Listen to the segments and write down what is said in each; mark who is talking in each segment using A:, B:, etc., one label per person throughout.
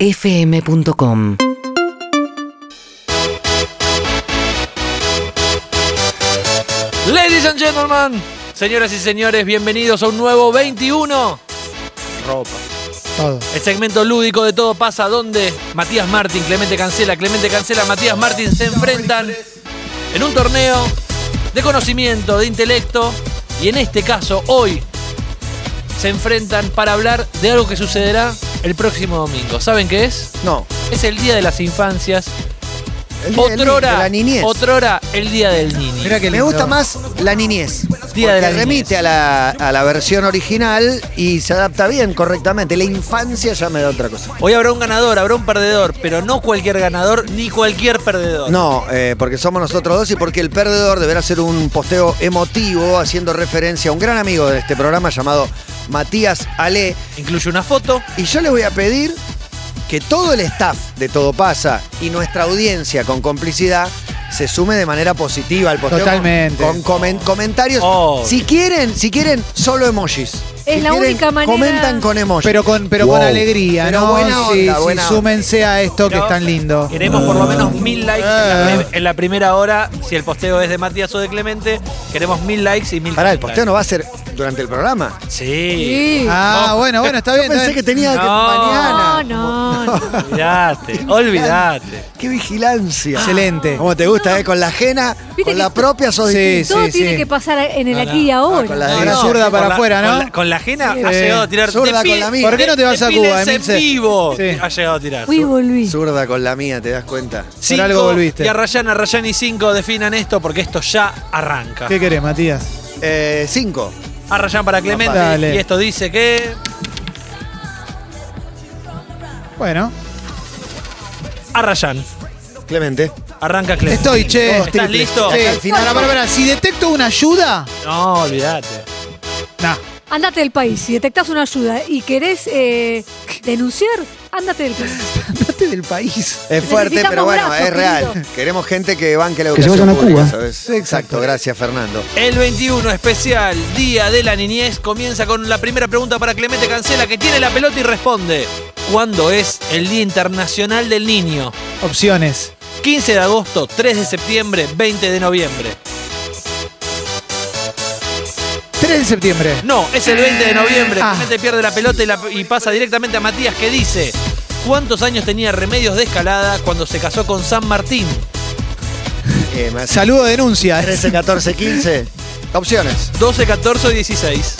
A: urbanaplayfm.com
B: Ladies and gentlemen, señoras y señores, bienvenidos a un nuevo 21. Ropa.
C: Todo.
B: El segmento lúdico de Todo pasa donde Matías Martín, Clemente Cancela, Clemente Cancela, Matías Martín se enfrentan en un torneo de conocimiento, de intelecto y en este caso hoy se enfrentan para hablar de algo que sucederá el próximo domingo. ¿Saben qué es?
C: No.
B: Es el Día de las Infancias.
C: El día del niño, de
B: Otrora,
C: la niñez.
B: otrora el Día del Niño.
C: Me gusta más la niñez.
B: Día de la
C: porque
B: niñez.
C: remite a la, a la versión original y se adapta bien, correctamente. La infancia ya me da otra cosa.
B: Hoy habrá un ganador, habrá un perdedor, pero no cualquier ganador ni cualquier perdedor.
C: No, eh, porque somos nosotros dos y porque el perdedor deberá hacer un posteo emotivo haciendo referencia a un gran amigo de este programa llamado Matías Ale.
B: Incluye una foto.
C: Y yo les voy a pedir que todo el staff de Todo Pasa y nuestra audiencia con complicidad se sume de manera positiva al posteo. con-
D: Totalmente. Oh.
C: Con, comen- comentarios.
B: Obvio.
C: Si quieren, si quieren, solo emojis.
E: Es
C: Si
E: la
C: quieren,
E: única manera-
C: Comentan con emojis.
D: Pero con, pero
C: Wow.
D: con alegría,
C: Pero
D: ¿no?
C: buena
D: Sí,
C: onda,
D: sí,
C: buena onda.
D: súmense a esto que Mm.
B: No.
D: es tan lindo.
B: Queremos por lo menos mil likes
D: Eh.
B: en, la, pri- en la primera hora. Si el posteo es de Matías o de Clemente, queremos mil likes y mil.
C: Pará, el posteo
B: comentarios.
C: no va a ser durante el programa.
B: Sí.
E: Sí.
D: Ah, bueno, bueno, está
C: Yo
D: bien. está
C: pensé que
D: bien.
C: tenía que
B: No.
E: No,
C: mañana.
E: no, no.
B: Olvidate, olvidate.
C: Qué vigilancia.
D: Excelente.
C: Como te gusta, ¿eh? Con la ajena,
E: Viste
C: con
E: que
C: la
E: tú-
C: propia sos
D: Sí,
C: difícil.
E: Todo
D: sí,
E: tiene
D: sí.
E: que pasar en el
B: No, no.
E: aquí y ahora.
C: Ah, con la
D: No,
C: derecha.
D: no, zurda para afuera,
B: con
D: ¿no?
B: la- con la ajena
D: Sí.
B: ha llegado a tirar.
C: Zurda con
B: pil-
C: la mía.
D: ¿Por qué no te vas a
B: Depídense
D: Cuba, Emilce?
B: en vivo.
D: Sí.
B: Ha llegado a tirar.
E: Fui y volví.
C: Zurda con la mía, te das cuenta.
B: Cinco
D: algo volviste.
B: Y a Rayan, a Rayan y 5 definan esto porque esto ya arranca.
D: ¿Qué querés, Matías?
C: Eh, cinco.
B: A Rayan para Clemente.
D: Dale.
B: Y esto dice que.
D: Bueno,
B: A Rayan.
C: Clemente.
B: Arranca Clemente.
D: estoy, che.
C: Todos
B: ¿Estás
C: triples.
B: listo?
D: Sí.
C: Acá al final-
D: Pará, pará, pará, Si detecto una ayuda,
B: No, olvídate.
D: nah.
E: Andate del país. Si detectás una ayuda y querés eh, denunciar, andate del país.
D: Andate del país.
C: Es fuerte, pero
E: Necesitamos
C: bueno,
E: brazos,
C: es real.
E: querido.
C: Queremos gente que banque la educación pública, ¿sabes? Exacto, gracias, Fernando.
B: El 21 especial, Día de la Niñez, comienza con la primera pregunta para Clemente Cancela, que tiene la pelota y responde. ¿Cuándo es el Día Internacional del Niño?
D: Opciones.
B: 15 de agosto, 3 de septiembre, 20 de noviembre.
D: 3 de septiembre.
B: No, es el 20 de noviembre.
D: Ah.
B: Clemente pierde la pelota y, la- y pasa directamente a Matías, que dice: ¿Cuántos años tenía Remedios de Escalada cuando se casó con San Martín?
C: Eh, más-
D: Saludo de denuncia.
C: 13, 14, 15. Opciones.
B: 12, 14 o 16.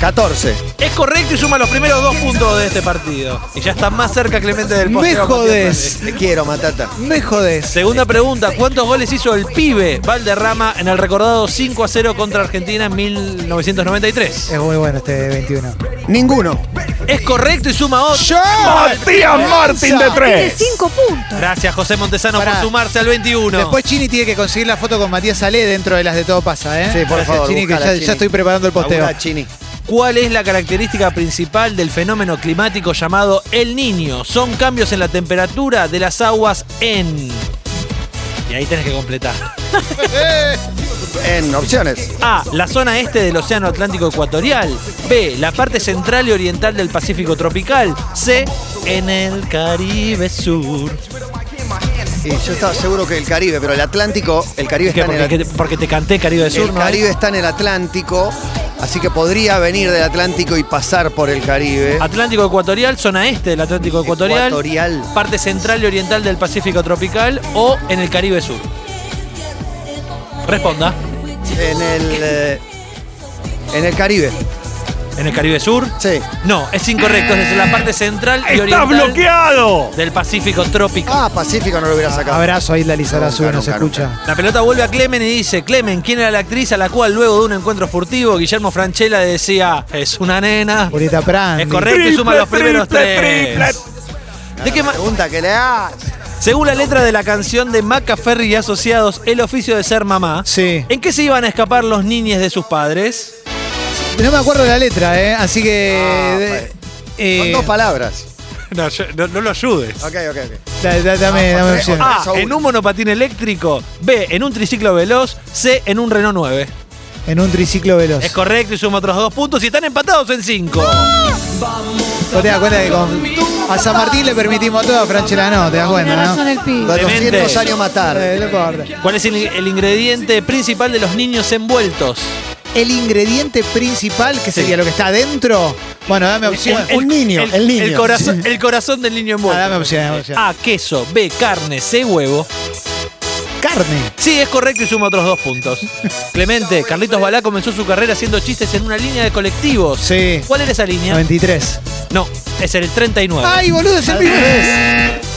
C: 14.
B: Es correcto y suma los primeros dos puntos de este partido. Y ya está más cerca Clemente del
D: Me
B: posteo.
D: jodés.
C: Te quiero, Matata.
D: Me jodés.
B: Segunda pregunta, ¿cuántos goles hizo el pibe Valderrama en el recordado 5 a 0 contra Argentina en 1993?
D: Es muy bueno este 21.
C: Ninguno.
B: Es correcto y suma 8.
F: Matías Martín de
E: Tiene
F: tres.
E: cinco puntos.
B: Gracias José Montesano
D: Pará.
B: por sumarse al 21.
D: Después Chini tiene que conseguir la foto con Matías Ale dentro de las de Todo Pasa, ¿eh?
C: Sí, por
D: Gracias,
C: favor,
D: Chini, que
C: buscala,
D: ya,
C: Chini.
D: ya estoy preparando el posteo.
C: Laura Chini.
B: ¿Cuál es la característica principal del fenómeno climático llamado El Niño? Son cambios en la temperatura de las aguas en... Y ahí tenés que completar.
C: En opciones.
B: A. La zona este del Océano Atlántico Ecuatorial. B. La parte central y oriental del Pacífico Tropical. C. En el Caribe Sur.
C: Y yo estaba seguro que el Caribe, pero el Atlántico, el Caribe
B: ¿Qué?
C: está en el
B: Porque,
C: Atlántico.
B: que- porque te canté Caribe Sur,
C: El
B: ¿no?
C: Caribe está en el Atlántico, así que podría venir del Atlántico y pasar por el Caribe.
B: Atlántico Ecuatorial, zona este del Atlántico Ecuatorial,
C: Ecuatorial.
B: parte central y oriental del Pacífico Tropical o en el Caribe Sur. Responda.
C: En el. eh, en el Caribe.
B: ¿En el Caribe Sur?
C: Sí.
B: No, es incorrecto, es la parte central y
F: ¡Está
B: oriental
F: bloqueado!
B: del Pacífico Tropical.
C: Ah, Pacífico no lo hubiera sacado.
D: Abrazo a Isla Lizarazu,
C: Nunca,
D: nos
C: nunca,
D: escucha.
B: La pelota vuelve a Clemen y dice, Clemen, ¿quién era la actriz a la cual luego de un encuentro furtivo Guillermo Franchella decía, es una nena?
D: Purita Prandi.
B: Es correcto y suma los primeros tres. ¿De qué ma-
C: Pregunta que le haces.
B: Según la letra de la canción de Macaferri y Asociados, El oficio de ser mamá,
D: Sí.
B: ¿en qué se iban a escapar los niños de sus padres?
D: No me acuerdo de la letra, ¿eh? Así que.
C: Ah,
D: de-
C: vale. Con
D: eh,
C: dos palabras.
B: No, yo- no- no lo ayudes.
C: Ok, ok, ok.
D: da- da- dame,
C: Ah,
D: dame
C: tres,
D: opciones.
B: A,
C: Eso
B: en
C: uno.
B: un monopatín eléctrico. B, en un triciclo veloz. C, en un Renault 9.
C: Ah.
D: En un triciclo veloz.
B: Es correcto y suma otros dos puntos y están empatados en cinco.
D: Vos te das cuenta que con, a San Martín le permitimos todo, a Franchella no, te das
E: Tiene
D: cuenta,
E: razón
D: ¿no?
E: el pibe.
C: Los
B: Clemente.
C: 200 años más
D: Eh,
C: tarde.
D: no importa.
B: ¿Cuál es el, el ingrediente principal de los niños envueltos?
D: El ingrediente principal, que sería lo que está adentro, bueno, dame opción.
C: el- Un niño, el niño.
B: El corazón, el corazón del niño
D: Ah, dame
B: envuelto.
D: opción, dame opción.
B: A, queso, B, carne, C, huevo.
C: Ah.
D: carne.
B: Sí, es correcto y suma otros dos puntos. Clemente, Carlitos Balá comenzó su carrera haciendo chistes en una línea de colectivos.
D: Sí.
B: ¿Cuál era esa línea?
D: 93.
B: No, es el 39.
C: Ah.
D: ¡Ay, boludo, es el mismo!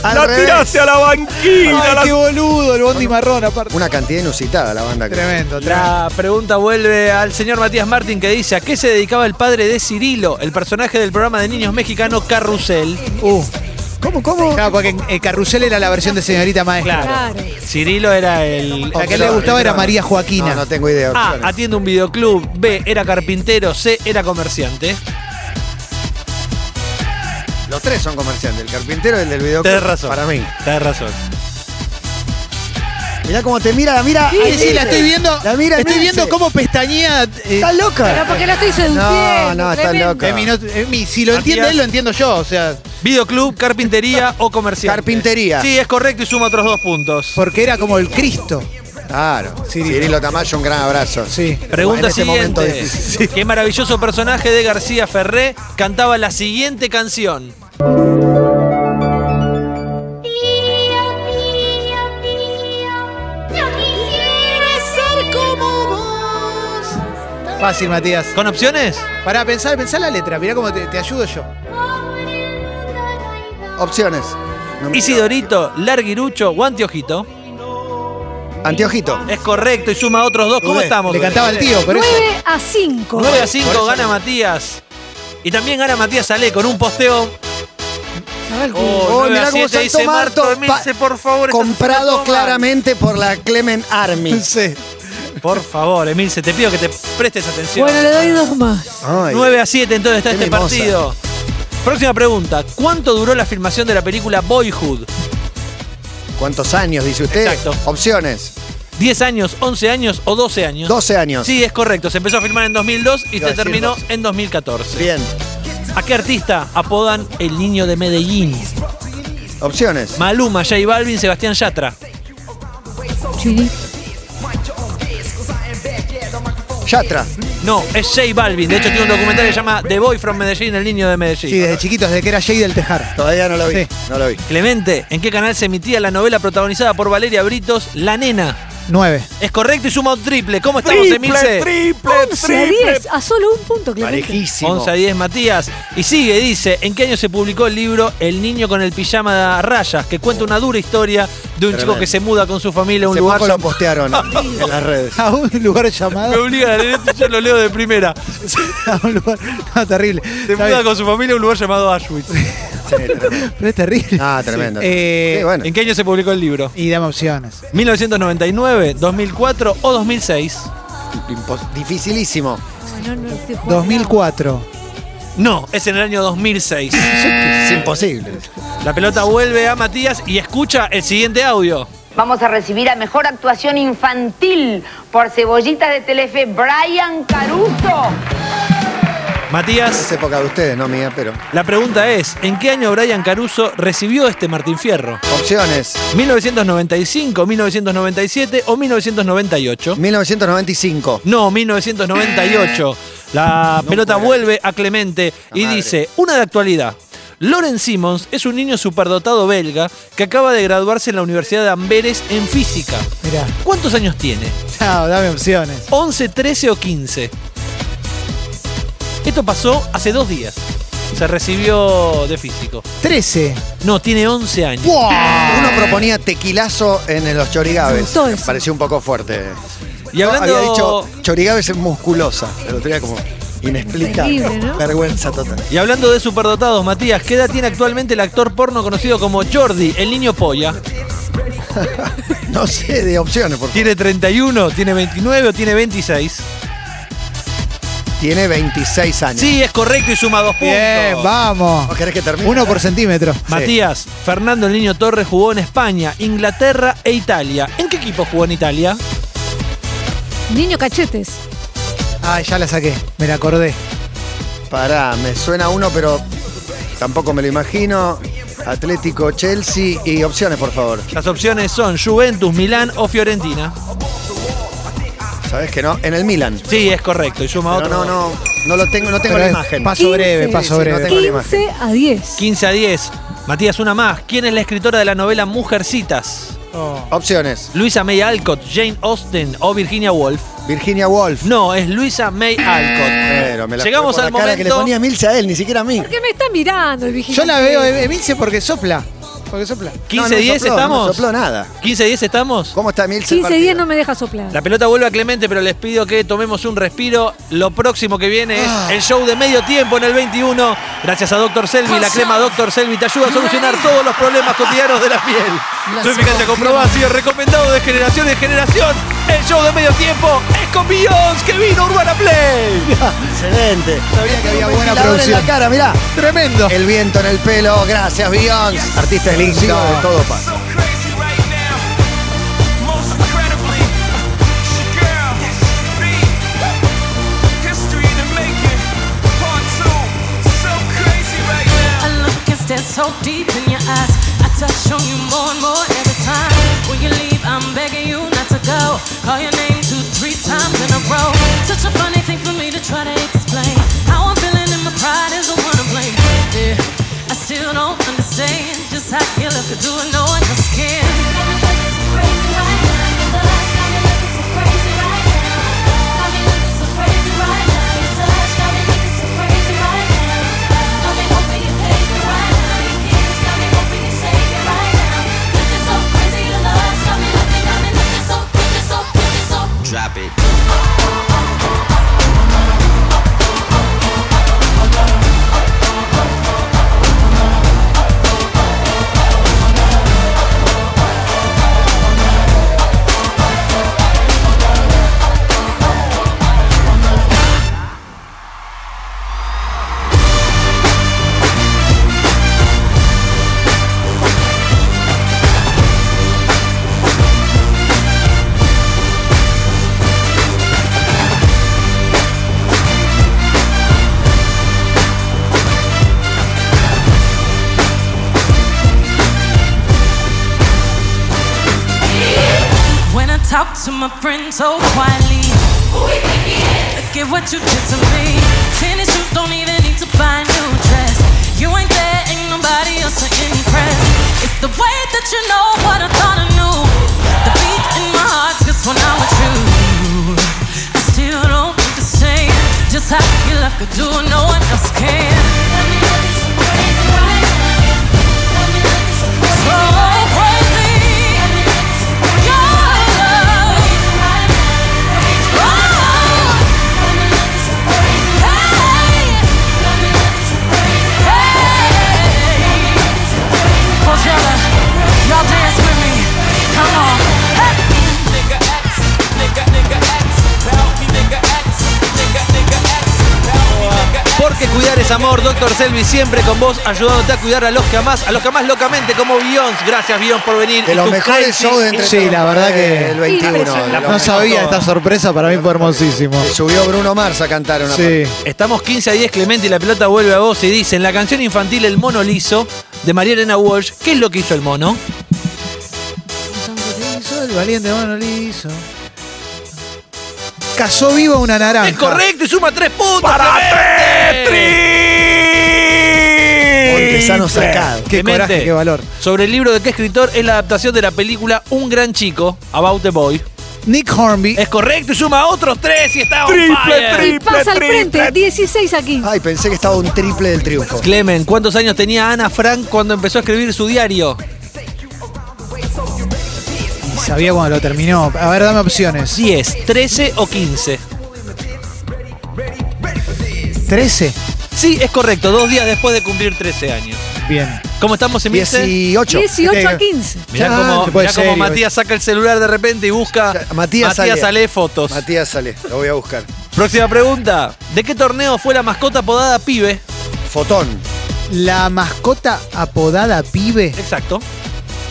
C: Al
F: ¡La
C: revés.
F: tiraste a la banquina!
D: ¡Ay,
F: la-
D: qué boludo! El bondi marrón, aparte.
C: Una cantidad inusitada la banda. que-
D: Tremendo, tremendo.
B: La pregunta vuelve al señor Matías Martín que dice, ¿a qué se dedicaba el padre de Cirilo, el personaje del programa de niños mexicano Carrusel?
D: Uh,
C: ¿Cómo, cómo?
D: claro, porque el carrusel era la versión de señorita maestra. Ah,
B: Claro.
E: Claro.
B: Cirilo era el...
D: La que le gustaba era María Joaquina.
C: No, no tengo idea.
B: A,
C: opciones.
B: Ah, atiende un videoclub. B, era carpintero. C, era comerciante.
C: Los tres son comerciantes, el carpintero y el del videoclip.
B: Tenés razón.
C: Para mí.
B: Tenés razón.
C: Mirá cómo te mira, la mira.
D: Sí, sí, la estoy viendo.
C: La mira,
D: estoy
C: Emilce.
D: viendo cómo pestañea. eh,
C: ¿Estás
E: Pero
C: loca?
E: porque la estoy seduciendo.
C: No, no, está
E: tremendo.
C: loca.
D: Emi, no- Emi, si lo entiende
B: Matías.
D: él, lo entiendo yo. O sea,
B: Videoclub, carpintería o comerciante.
C: Carpintería.
B: Sí, es correcto y suma otros dos puntos.
D: porque era como el Cristo.
C: Claro.
D: Cirilo.
C: Cirilo Tamayo, un gran abrazo.
D: Sí.
B: Pregunta
C: En este momento
B: siguiente.
C: difícil.
B: ¿Qué maravilloso personaje de García Ferré cantaba la siguiente canción?
A: Yo quisiera ser como vos.
D: Fácil, Matías.
B: ¿Con opciones?
D: Pará, pensá, pensá la letra. Mirá cómo te, te ayudo yo.
C: Opciones. No-
B: Isidorito, Larguirucho o Antiojito.
C: Anteojito.
B: Es correcto y suma otros dos. ¿Cómo
D: Dudé.
B: estamos?
D: Le cantaba el tío, por eso.
E: 9 a 5.
B: 9 a 5 gana Matías. Y también gana Matías Ale con un posteo
C: Oh, mirá cómo saltó Marto.
B: Dormirse,
C: Pa-
B: por favor. esta se la
C: Comprado
B: toma.
C: claramente por la Clement Army.
D: Sí.
B: Por favor, Emilce, te pido que te prestes atención.
E: Bueno, le doy dos más.
C: Ay.
B: 9 a 7 entonces está
C: Qué
B: este
C: mimosa.
B: partido. Próxima pregunta. ¿Cuánto duró la filmación de la película Boyhood?
C: ¿Cuántos años dice usted?
B: Exacto.
C: Opciones.
B: ¿10 años, 11 años o 12 años?
C: 12 años.
B: Sí, es correcto. Se empezó a filmar en 2002 y
C: Iba a
B: se
C: decir
B: terminó
C: 12.
B: en 2014.
C: Bien.
B: ¿A qué artista apodan el niño de Medellín?
C: Opciones.
B: Maluma, J Balvin, Sebastián Yatra.
E: Chiri.
C: Yatra.
B: No, es J Balvin. De hecho, tiene un documental que se llama The Boy from Medellín, el niño de Medellín.
D: Sí, desde chiquitos, desde que era Jay del Tejar.
C: Todavía no lo vi.
D: Sí.
C: No lo vi.
B: Clemente, ¿en qué canal se emitía la novela protagonizada por Valeria Britos, La Nena?
D: 9.
B: Es correcto y suma un triple. ¿Cómo estamos,
F: Triple,
B: Emilce?
F: triple,
E: 11 a
F: triple.
E: 10. A solo un punto, Clemente.
B: 11 a 10, Matías. Y sigue, dice, ¿en qué año se publicó el libro El niño con el pijama a rayas? Que cuenta una dura historia de un
C: Tremendo.
B: chico que se muda con su familia a un
C: Hace
B: lugar...
C: poco lo postearon en las redes.
D: A un lugar
B: Me
D: llamado.
B: obligan a leer esto y yo lo leo de primera.
D: A un lugar. No, terrible.
B: Se
D: Está
B: muda
D: bien.
B: con su familia a un lugar llamado Auschwitz.
C: Sí, tremendo.
D: Pero es terrible.
C: Ah, tremendo.
D: Eh,
C: Sí, bueno.
B: ¿En qué año se publicó el libro?
D: Y dame opciones.
B: 1999, 2004 o 2006?
C: Impos- Dificilísimo.
E: No, no, te juro.
D: 2004.
B: No, es en el año 2006.
C: Es imposible.
B: La pelota vuelve a Matías y escucha el siguiente audio.
G: Vamos a recibir a mejor actuación infantil por Cebollitas de Telefe, Brian Caruso.
C: Es
B: Matías,
C: época de ustedes, no mía, pero.
B: la pregunta es, ¿en qué año Brian Caruso recibió este Martín Fierro?
C: Opciones.
B: ¿1995, 1997 o 1998?
C: 1995.
B: No, 1998. La pelota vuelve a Clemente
C: La
B: y
C: madre.
B: dice, una de actualidad. Loren Simmons es un niño superdotado belga que acaba de graduarse en la Universidad de Amberes en física.
D: Mirá.
B: ¿Cuántos años tiene?
D: Chao, dame opciones.
B: ¿11, 13 o 15? Esto pasó hace dos días. Se recibió de físico.
D: 13.
B: No, tiene 11 años.
C: Uno proponía tequilazo en los
E: Me
C: chorigaves.
E: gustó eso.
C: Pareció un poco fuerte.
B: Y
C: Yo
B: hablando-
C: Había dicho chorigaves es musculosa. Pero tenía como inexplicable.
E: Terrible, ¿no?
C: Vergüenza total.
B: Y hablando de superdotados, Matías, ¿qué edad tiene actualmente el actor porno conocido como Jordi, el niño polla?
C: No sé de opciones, porque
B: ¿Tiene 31, tiene 29 o tiene 26?
C: tiene 26 años.
B: Sí, es correcto y suma dos puntos.
D: Bien,
C: ¿No
D: vamos.
C: querés que termine?
D: Uno por centímetro.
B: Matías, Fernando el Niño Torres jugó en España, Inglaterra e Italia. ¿En qué equipo jugó en Italia?
E: Niño cachetes.
D: Ah, ya la saqué. Me la acordé.
C: Pará, me suena uno, pero Tampoco me lo imagino. Atlético, Chelsea y opciones, por favor.
B: Las opciones son Juventus, Milán o Fiorentina.
C: ¿Sabes que no? En el Milan.
B: Sí, es correcto. Y suma
C: Pero
B: otro.
C: no, no, no lo tengo, no tengo
D: Pero
C: la
D: es
C: imagen.
D: Paso breve,
E: Sí,
D: paso
E: sí,
D: breve.
C: tengo la imagen.
E: 15 a 10.
B: 15 a 10. Matías, una más. ¿Quién es la escritora de la novela Mujercitas?
D: Oh.
C: Opciones.
B: ¿Luisa May Alcott, Jane Austen o Virginia Woolf?
C: Virginia Woolf.
B: No, es Luisa May Alcott.
C: Pero me la
B: Llegamos
C: jugó por
B: al
C: la cara que le
B: momento.
C: ponía Milce a él, ni siquiera a mí.
E: ¿Por qué me está mirando el vigilante?
D: Yo la veo, eh, Emilce, porque sopla. Porque sopla.
B: 15
C: No, no
B: 10
C: sopló,
B: estamos.
C: No sopló nada.
B: 15 10 estamos.
C: ¿Cómo está Milce?
E: 15 10 no me deja soplar.
B: La pelota vuelve a Clemente, pero les pido que tomemos un respiro. Lo próximo que viene es
C: Ah.
B: el show de medio tiempo en el 21. Gracias a Dr. Selvi, la crema Dr. Selvi te ayuda a solucionar todos los problemas cotidianos de la piel. Su eficacia comprobada ha sido recomendado de generación en generación. El show de medio tiempo es con Beyoncé, que vino a Urbana Play.
C: Excelente. Sabía que había buena en
D: producción.
C: la cara, mirá.
D: Tremendo.
C: El viento en el pelo, gracias Beyoncé. Artista del de todo pasa.
H: I look and stare so deep in your eyes. I touch on you more and more every time. When you leave, I'm begging you not to go. Call your name two, three times in a row. Such a funny thing for me to try to explain. How I'm feeling and my pride is the one to blame. Yeah, I still don't understand just how your love could do it, no one else can.
I: Drop it.
H: When I talk to my friends so quietly, Look at what you did to me. Tennis shoes don't even need to buy a new dress. You ain't there, ain't nobody else to impress. It's the way that you know what I thought I knew. The beat in my heart, cause when I'm with you, I still don't think the same. Just how you love could do, it, no one else can. So crazy. Your love. Oh. Coachella, y'all dance with me. Come on. Hey.
B: Porque cuidar es amor, Dr. Selvi siempre con vos, ayudándote a cuidar a los que amás, a los que amás locamente, como Beyoncé. Gracias, Beyoncé, por venir.
C: De
B: Y
C: los
B: tu
C: mejores
B: crazy
C: shows de entre
D: Sí,
C: todos.
D: la verdad que-
C: El 21.
E: Impresionante.
C: de los
D: No sabía esta sorpresa, para mí fue hermosísimo.
C: mejores. Subió Bruno Mars a cantar una
D: Sí.
B: Estamos 15 a 10, Clemente, y la pelota vuelve a vos y dice, en la canción infantil El Mono Liso, de María Elena Walsh, ¿qué es lo que hizo el mono?
D: El valiente mano liso. Cazó viva una naranja.
B: Es correcto y suma tres puntos.
F: ¡Para
B: Clemente.
F: Petri!
C: Montesano sacado.
D: Qué
B: Clemente,
D: coraje, qué valor.
B: Sobre el libro de qué escritor es la adaptación de la película Un Gran Chico, About the Boy.
D: Nick Hornby.
B: Es correcto y suma otros tres y está on
F: Triple,
B: fire.
F: triple.
E: y pasa al frente,
F: triple.
E: 16 a 15.
C: Ay, pensé que estaba un triple del triunfo.
B: Clemen, ¿cuántos años tenía Ana Frank cuando empezó a escribir su diario?
D: Y sabía cuando lo terminó. A ver, dame opciones.
B: 10, 13 o 15.
D: 13.
B: Sí, es correcto, dos días después de cumplir 13 años.
D: Bien. Este,
B: ¿Cómo estamos en
C: 18.
E: 18 a 15.
B: Mirá
D: Ya,
B: cómo,
D: se puede
B: mirá cómo
D: ser,
B: Matías saca el celular de repente y busca
C: Ya,
B: Matías,
C: Matías
B: Ale.
C: Ale.
B: fotos.
C: Matías sale, lo voy a buscar.
B: Próxima pregunta. ¿De qué torneo fue la mascota apodada Pibe?
C: Fotón.
D: La mascota apodada Pibe.
B: Exacto.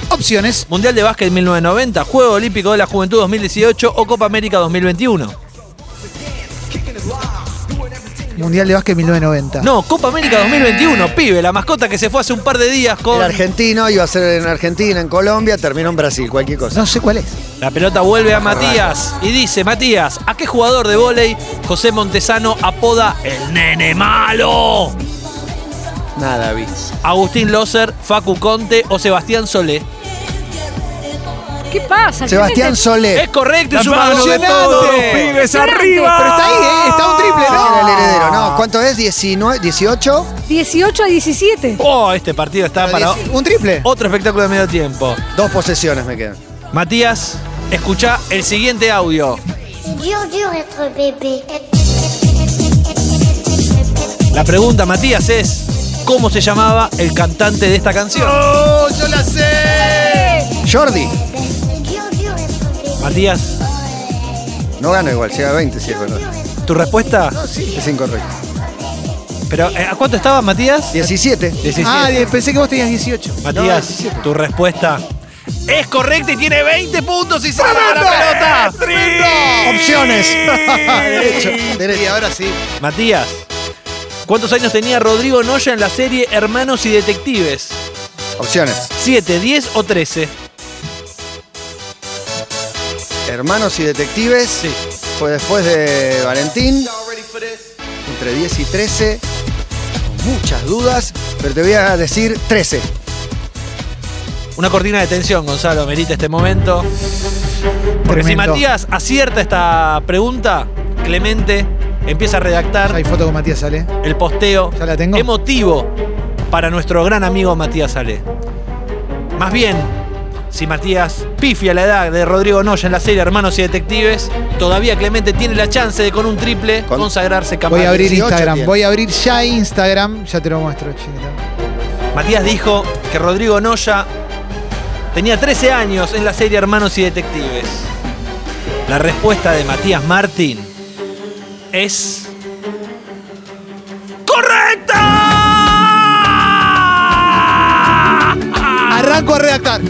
D: Opciones.
B: Mundial de Básquet 1990, Juego Olímpico de la Juventud 2018 o Copa América 2021.
D: Mundial de Básquet 1990.
B: No, Copa América 2021, pibe, la mascota que se fue hace un par de días con
C: Era argentino, iba a ser en Argentina, en Colombia, terminó en Brasil, cualquier cosa.
D: No sé cuál es.
B: La pelota vuelve a Matías y dice, Matías, ¿a qué jugador de vóley José Montesano apoda eh, el nene malo?
C: Nada, vi.
B: Agustín Loser, Facu Conte o Sebastián Solé.
E: ¿Qué pasa?
C: Sebastián
E: Clemente-
C: Solé.
B: Es correcto y suma dos de
F: todos los
B: todos.
F: pibes
E: Impresionante.
F: arriba.
E: Pero
D: está ahí, ¿eh? Está un triple,
C: Sí, era el heredero, no. ¿Cuánto es? 19, 18.
E: 18 a 17.
B: Oh, este partido está para
D: Un triple.
B: otro espectáculo de medio tiempo.
C: Dos posesiones me quedan.
B: Matías, escucha el siguiente audio.
I: Dur, dur être bébé.
B: La pregunta, Matías, es ¿cómo se llamaba el cantante de esta canción?
D: ¡Oh, yo la sé!
C: Jordi.
I: Dur, dur être bébé.
B: Matías,
C: No gano igual, llega a 20 si es verdad.
B: tu respuesta,
C: Es incorrecto.
B: pero eh, ¿a cuánto estaba Matías?
C: 17.
B: 17.
D: Ah, die- pensé que vos tenías 18.
B: Matías, tu respuesta es correcta y tiene 20 puntos y se gana la pelota.
C: Opciones. derecho, derecho.
D: Y ahora sí.
B: Matías, ¿cuántos años tenía Rodrigo Noya en la serie Hermanos y Detectives?
C: Opciones.
B: ¿7, 10 o 13?
C: Hermanos y detectives.
B: Sí.
C: Fue después de Valentín. Entre 10 y 13. Muchas dudas, pero te voy a decir 13.
B: Una cortina de tensión, Gonzalo, merita este momento. Porque si
D: Tremendo.
B: Matías acierta esta pregunta, Clemente empieza a redactar
D: Hay foto con Matías Sale.
B: el posteo
D: ¿Ya la tengo?
B: emotivo para nuestro gran amigo Matías Ale. Más bien, si Matías pifia la edad de Rodrigo Noya en la serie Hermanos y Detectives, todavía Clemente tiene la chance de con un triple
C: Con-
B: consagrarse campeón.
D: Voy a abrir
C: 18
D: Instagram.
C: tiene.
D: Voy a abrir ya Instagram. Ya te lo muestro, chinita.
B: Matías dijo que Rodrigo Noya tenía 13 años en la serie Hermanos y Detectives. La respuesta de Matías Martín es. ¡Correcta!
D: Arranco a redactar.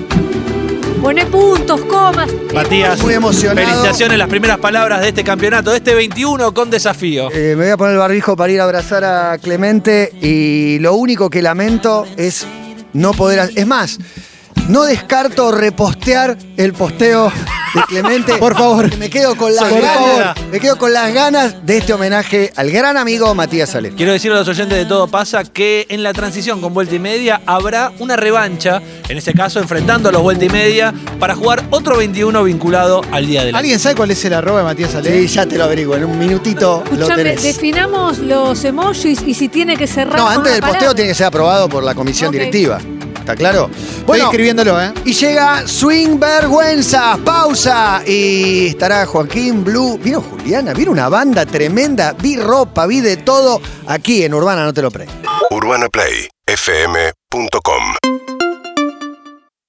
E: Pone puntos, comas.
B: Matías,
C: Muy emocionado.
B: felicitaciones las primeras palabras de este campeonato, de este 21 con desafío.
C: Eh, me voy a poner el barbijo para ir a abrazar a Clemente y lo único que lamento es no poder... ha- Es más, no descarto repostear el posteo de Clemente.
D: Por favor.
C: Que Me quedo con las
B: Por
C: ganas.
B: favor.
C: Me quedo con las ganas de este homenaje al gran amigo Matías Ale.
B: Quiero decirle a los oyentes de Todo Pasa que en la transición con Vuelta y Media habrá una revancha, en este caso enfrentando a los Vuelta y Media, para jugar otro 21 vinculado al Día de la
D: ¿Alguien sabe cuál es el arroba de Matías
C: Sí,
D: Sale?
C: ya te lo averiguo. En un minutito lo
E: Escuchame,
C: tenés.
E: definamos los emojis y si tiene que cerrar.
C: No,
E: con
C: antes
E: una
C: del posteo
E: palabra.
C: tiene que ser aprobado por la comisión
E: Ok.
C: directiva. ¿Está claro?
D: Voy escribiéndolo, ¿eh?
C: Y llega Swing Vergüenza, pausa. Y estará Joaquín Blue. Vino Juliana, vino una banda tremenda. Vi ropa, vi de todo aquí en Urbana, no te lo pre.
J: UrbanaPlayFM.com